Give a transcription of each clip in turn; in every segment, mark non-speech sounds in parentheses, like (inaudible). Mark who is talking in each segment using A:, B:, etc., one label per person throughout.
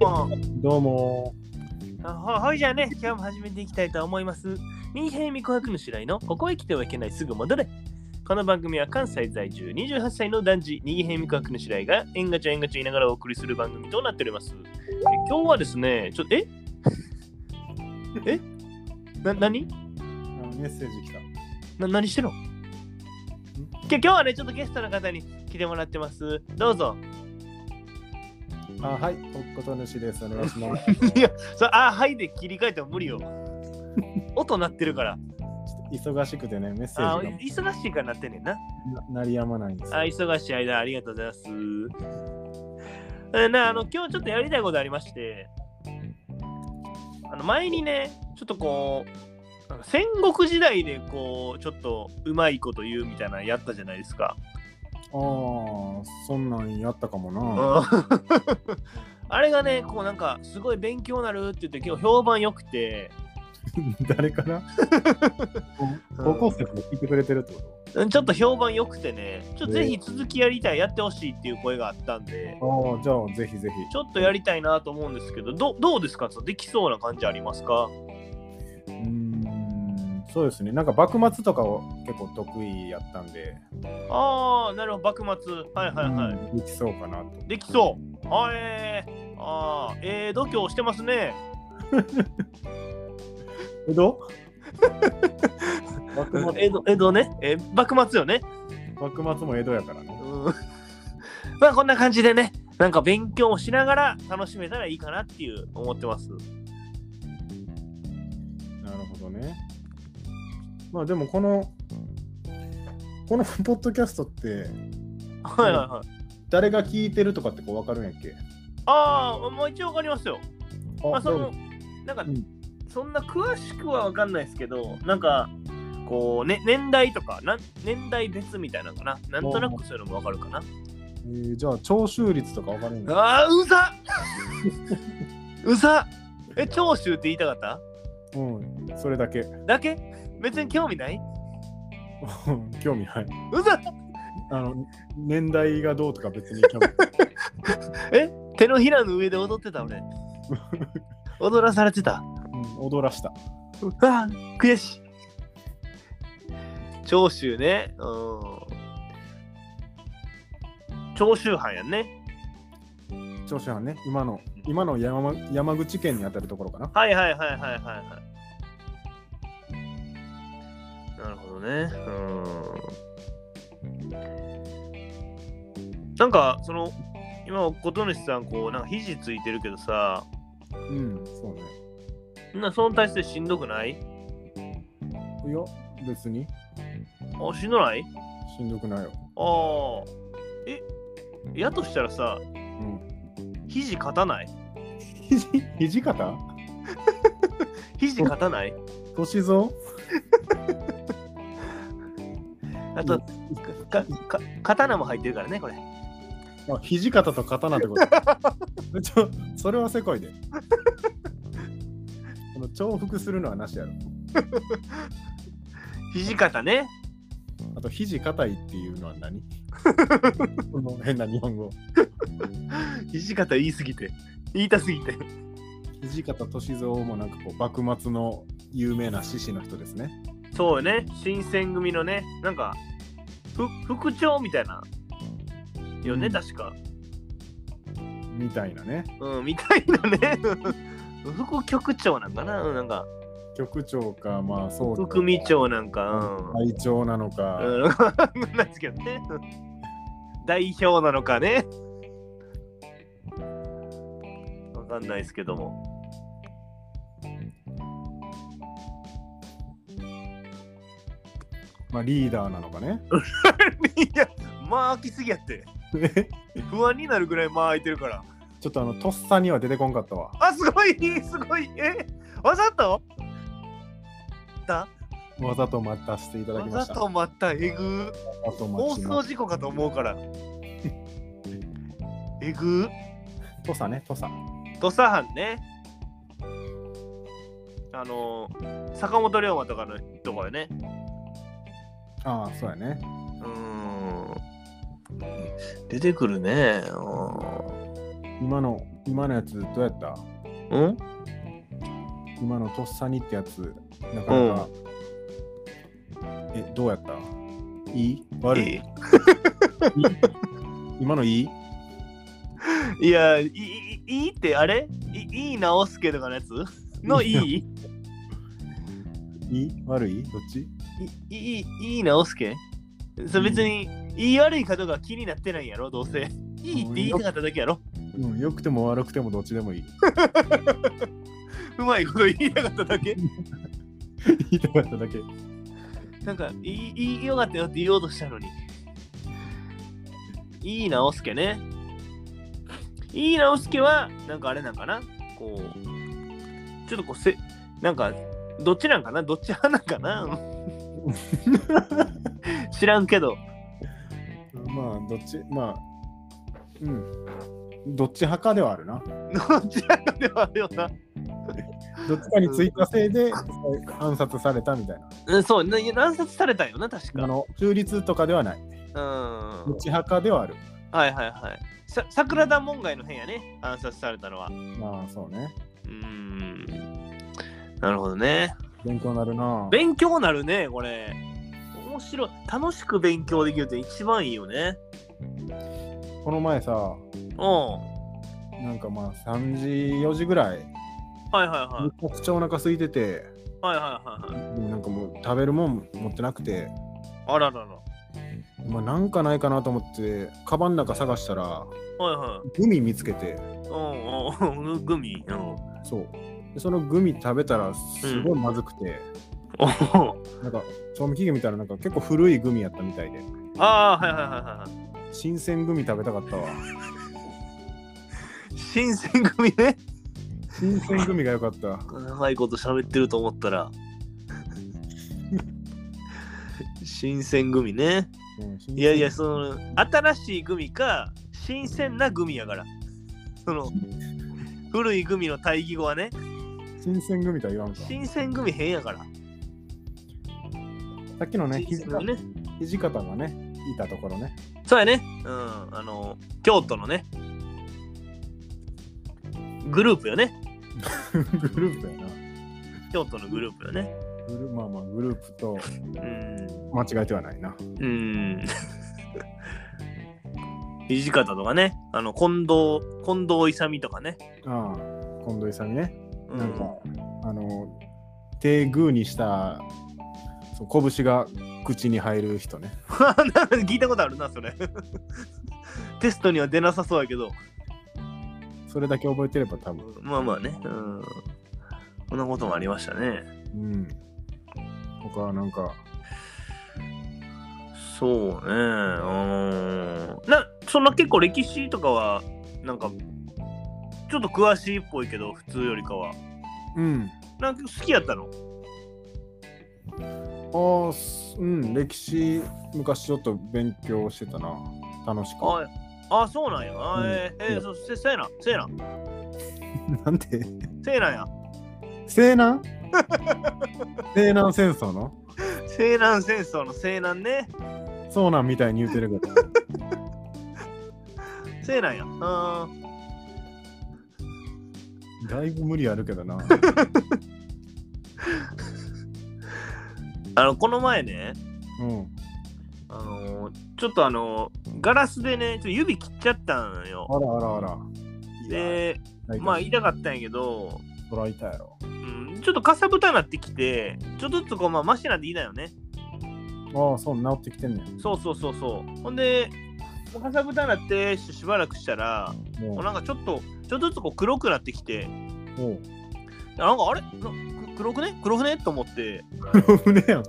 A: も
B: どうも。
A: あほほいじゃあね、今日も始めていきたいと思います。民平未琥珀の白井のここへ来てはいけないすぐ戻れ。この番組は関西在住28歳の男児、右平未琥珀の白井が縁がちゃ縁がちゃ言いながらお送りする番組となっております。え今日はですね、ちょっと、え (laughs) えな、何
B: あメッセージ来た。
A: な、何してるのき今日はね、ちょっとゲストの方に来てもらってます。どうぞ。
B: あ、はい、とっこと主です。お願いします。 (laughs)
A: いや、それあ、はいで切り替えても無理よ。音鳴ってるから。
B: ちょっと忙しくてね、メッセ
A: あ
B: ージ
A: 忙しいからなってんねんな。
B: がな鳴りやまないんですよ。
A: あ忙しい間ありがとうございます。えなあの今日ちょっとやりたいことありまして、あの前にね、ちょっとこう、なんか戦国時代でこう、ちょっとうまいこと言うみたいなのやったじゃないですか。
B: あー、そんなんやったかもな。
A: うん (laughs) あれがね、こうなんかすごい勉強なるって言って結構評判良くて、
B: (laughs) 誰から高校生も聞いてくれてるってこ
A: うんちょっと評判良くてね、ちょっとぜひ続きやりたい、やってほしいっていう声があったんで、
B: とああ、じゃあぜひぜひ。
A: ちょっとやりたいなと思うんですけど、どどうですかできそうな感じありますか
B: うーん、そうですね。なんか幕末とかを結構得意やったんで、
A: ああ、なるほど、幕末。はいはいはい。
B: うんできそうかなと。
A: できそう。あえー、あーえー、度胸してますね。
B: 江 (laughs) 戸幕末
A: 江戸江戸ね、えー幕末よね。
B: 幕末も江戸やからね。
A: うん。 (laughs) まあ、こんな感じでね、なんか勉強をしながら楽しめたらいいかなっていう思ってます。
B: なるほどね。まあでもこの、このポッドキャストって
A: はいはいはい。
B: 誰が聞いてるとかってこう分かるんやっけ
A: ああ、もう一応わかりますよ。まあ、その
B: でも、
A: なんか、
B: うん
A: そんな詳しくはわかんないですけど、なんか、こう、ね、年代とかなん、年代別みたいなのかな。なんとなくそういうのもわかるかな。
B: えーじゃあ聴取率とか分かるんや。
A: ああ、うざうざえ、長州って言いたかった
B: うん、それだけ。
A: だけ別に興味ない
B: 興味ない。
A: うざ
B: あの、年代がどうとか別に興味ない。
A: 手のひらの上で踊ってた俺。踊らされてた。
B: うん、踊らした。
A: うわ悔しい。長州ね。うん。長州藩やんね。
B: 聴取はね、今の、今の山山口県にあたるところかな。
A: はいはいはいはいはいはい。なるほどね。うん。なんかその今琴主さんこうなんか肘ついてるけどさ、
B: うん、そうね。
A: なその体勢しんどくない？
B: いや、別に
A: あしんどない？
B: しんどくないよ。
A: ああ。えやとしたらさ
B: うん。 (laughs)
A: 肘勝たない？
B: 肘肘方
A: 肘勝たない？
B: 歳三
A: あとかか刀も入ってるからねこれ。
B: あ、肘方と刀ってこと
A: (laughs)
B: ちょそれはせこいで。 (laughs) この重複するのはなしやろ。
A: 肘方ね。
B: あと、肘硬いっていうのは
A: (laughs)
B: 何この変な日本語。
A: 肘方言いすぎて言いたすぎて。
B: 肘方歳三もなんかこう、幕末の有名な獅子の人ですね。
A: そうよね、新選組のね、なんか、ふ副長みたいな。よね、
B: うん
A: 確か。
B: みたいなね。
A: うん、みたいなね。 (laughs) 副局長なんかな、うん、なんか、
B: 局長か、まあそう
A: 副組長なんか、
B: 会長なのか、
A: うん。うん、なんですけどね。代表なのかね。わかんないですけども。 (laughs)
B: まあリーダーなのかね。 (laughs)
A: いや、まあ、開きすぎやって。不安になるぐらい間開いてるから。
B: ちょっとあの、とっさには出てこんかったわ。
A: あ、すごいすごいえわざとだ
B: わざと待たせていただ
A: わ
B: きま
A: ざ
B: した。
A: とまたえぐ
B: わざと
A: 放
B: 待ち
A: 送
B: ます。
A: 事故かと思うから (laughs) えぐ
B: とさね、とさ。
A: 土佐藩ねあのー坂本龍馬とかのとこよね
B: ああ、そうやね。
A: うーん出てくるねうーん
B: 今の今のやつどうやった
A: うん
B: 今のとっさにってやつ、なかなか。え、どうやったいい悪い
A: い
B: 今のいい
A: いいやいいいいいってあれいいい直すけとかのやつのいい
B: いい悪いどっち
A: いいいいいい直すけそう別に、いい悪いかとか気になってないんやろどうせいいって言いたかっただけやろ
B: うん、良くても悪くてもどっちでもいい。 (laughs)
A: うまいこと言いたかっただけ
B: 言いたかっただけ。
A: なんかいいいいよかったよって言おうとしたのにいい直すけねいい直すけはなんかあれなんかなこうちょっとこうせなんかどっちなんかなどっち派なんか
B: (laughs)
A: な知らんけど
B: まあ、どっち、まあ、うん。どっち派かではあるな。
A: どっち派ではあるよな
B: どっちかについたせいで暗殺されたみたいな。
A: うん、そう、な乱殺されたよな、確
B: あ
A: か。
B: の中立とかではない。
A: うん。は
B: どっち派かではある。
A: いはいはい。さ桜田門外の辺やね、暗殺されたのは。う
B: まあ、そうね。
A: ーん。なるほどね。
B: 勉強になるな。
A: 勉強なるね、これ。面白い。楽しく勉強できるって一番いいよね。
B: この前さ、
A: うん。は
B: なんかまあ3時、4時ぐらい、
A: いはいは
B: め
A: い
B: ち。ゃくちゃお腹空いてて、
A: はいはいはいはい。
B: でもなんかもう食べるもん持ってなくて、
A: あららら。
B: まあなんかないかなと思って、カバンの中探したら、
A: はいは
B: グミ見つけて、
A: い。うんうんうん。グミ。うん。
B: そう。でそのグミ食べたらすごいまずくて、
A: おお
B: なんか賞味期限見たらなんか結構古いグミやったみたいで、
A: ああ、はいはいはいはいは
B: 新鮮グミ食べたかったわ。
A: い。新選組ね。
B: 新鮮グミが良かった。
A: 長いこと喋ってると思ったら新鮮グミね
B: うん新鮮
A: いやいやその新しいグミか新鮮なグミやからその古いグミの対義語はね
B: 新鮮グミとは言わんか。
A: 新鮮グミ変やから
B: さっきのね、
A: 新
B: 土
A: 鮮
B: 方
A: グミね
B: 土方がね、いたところね。 (laughs)
A: そうやねうんあの京都のねグループよね
B: グループやな。
A: 京都のグループよね
B: グルまあまあ、グループと
A: うん
B: 間違えてはないな。
A: うーん。 (laughs) 土方とかね、あの近藤、近藤勇とかね。
B: ああ、近藤勇ね。
A: う
B: なんか、あの、手グーにした、そう拳が口に入る人ね。
A: (laughs) なんか聞いたことあるな、それ。 (laughs) テストには出なさそうやけど、
B: それだけ覚えてれば多分。
A: まあまあね。うん。こんなこともありましたね。
B: うん。他はなんか、
A: そうね。うーん。な、そんな結構歴史とかは、なんか、ちょっと詳しいっぽいけど、普通よりかは。
B: うん。
A: なんか好きやったの
B: ああ、すうん、歴史、昔ちょっと勉強してたな。楽しく。
A: はい。あ、そうなんや。あ
B: うん
A: えーえーそうせ、せやな、せやな、
B: (laughs) なんて
A: せやなんや。
B: 西
A: (laughs)
B: 南西南戦争の
A: 西南戦争の西南ね。
B: そうなんみたいに言うてるけど。
A: 西南や。あー
B: だいぶ無理あるけどな。
A: あの、この前ね、
B: うん。
A: あのーちょっとあのーガラスでね、ちょっと指切っちゃったのよ。
B: あらあらあら。いや、
A: で、
B: 大体
A: まあ、痛かったんやけど、
B: そらいたやろ。
A: うん、ちょっとかさぶたなってきて、ちょっとずつこう、まあ、マシなんでいいだよね。
B: ああ、そう、治ってきてんね
A: そうそうそうそう。ほんで、もうかさぶたなってししばらくしたら、
B: ん。も
A: も
B: う
A: うなんかちょっと、ちょっとずつこう黒くなってきて、
B: もう。
A: なんかあれなく黒くね黒くねと思って。
B: 黒 (laughs) 船やん。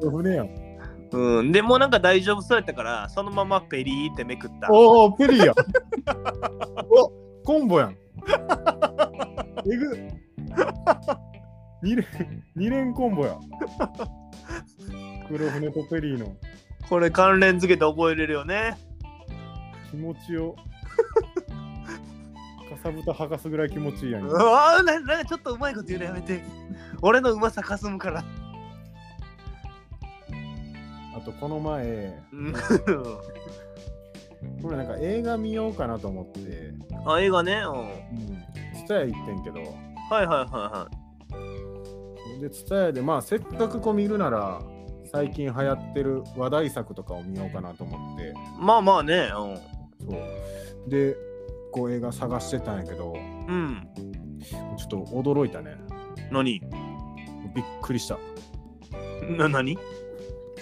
B: 黒 (laughs) 船やん。
A: うん、でもうなんか大丈夫そうやったから、そのままペリーってめくった。
B: おお、ペリーやん。 (laughs) おコンボやん。 (laughs) えぐ。二連、二連コンボや。黒船とペリーの
A: これ関連付けて覚えれるよね。
B: 気持ちを。かさぶた剥がすぐらい気持ちいいやん。
A: う
B: 今
A: わーななんかちょっとうまいこと言うのやめて。俺のうまさかすむから。
B: あと、この前、
A: うん (laughs)
B: これなんか映画見ようかなと思って、
A: あ、映画ね。うん。
B: うん。ツタヤ行ってんけど、
A: はいはいはいはい。
B: で、ツタヤで、まあ、せっかくこう見るなら、最近流行ってる話題作とかを見ようかなと思って、
A: まあまあね。う
B: そう。で、こう映画探してたんやけど、
A: ん。うん。
B: ちょっと驚いたね。
A: 何 (laughs)
B: びっくりした。
A: な、何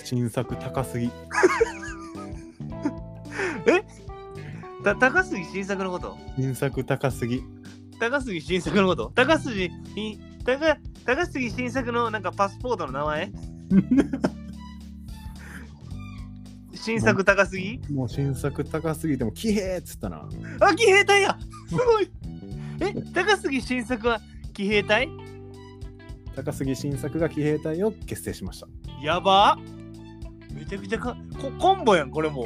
B: 新作高すぎ。
A: た高杉晋作のこと
B: 新作高すぎ。
A: 高杉晋作のこと高杉い高高杉晋作のなんかパスポートの名 (laughs) 前新作高杉
B: もう新作高すぎても、キヘーっつったな。
A: あ、騎兵隊やすごいえ、高杉晋作は騎兵隊
B: 高杉新作が騎兵隊を結成しました。
A: やばめちゃくちゃかこコンボやん、これもう。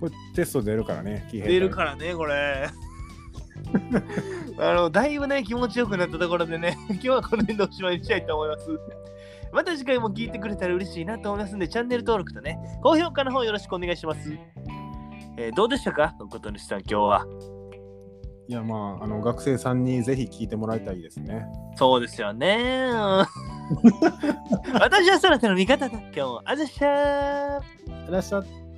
B: これテスト出るからね、騎兵隊。
A: 出るからね、これ。 (laughs) あの、だいぶね、気持ちよくなったところでね、 (laughs) 今日はこの辺でおしまいにしたいと思います。また次回も聞いてくれたら嬉しいなと思いますんで、チャンネル登録とね、高評価の方よろしくお願いします。えーどうでしたかこと主さん、今日は。
B: いや、まあ、あの学生さんにぜひ聞いてもらいたいですね。
A: そうですよね。うん (laughs) 私はそなたの味方だ。今日も、あざっしゃー
B: いらっしゃい。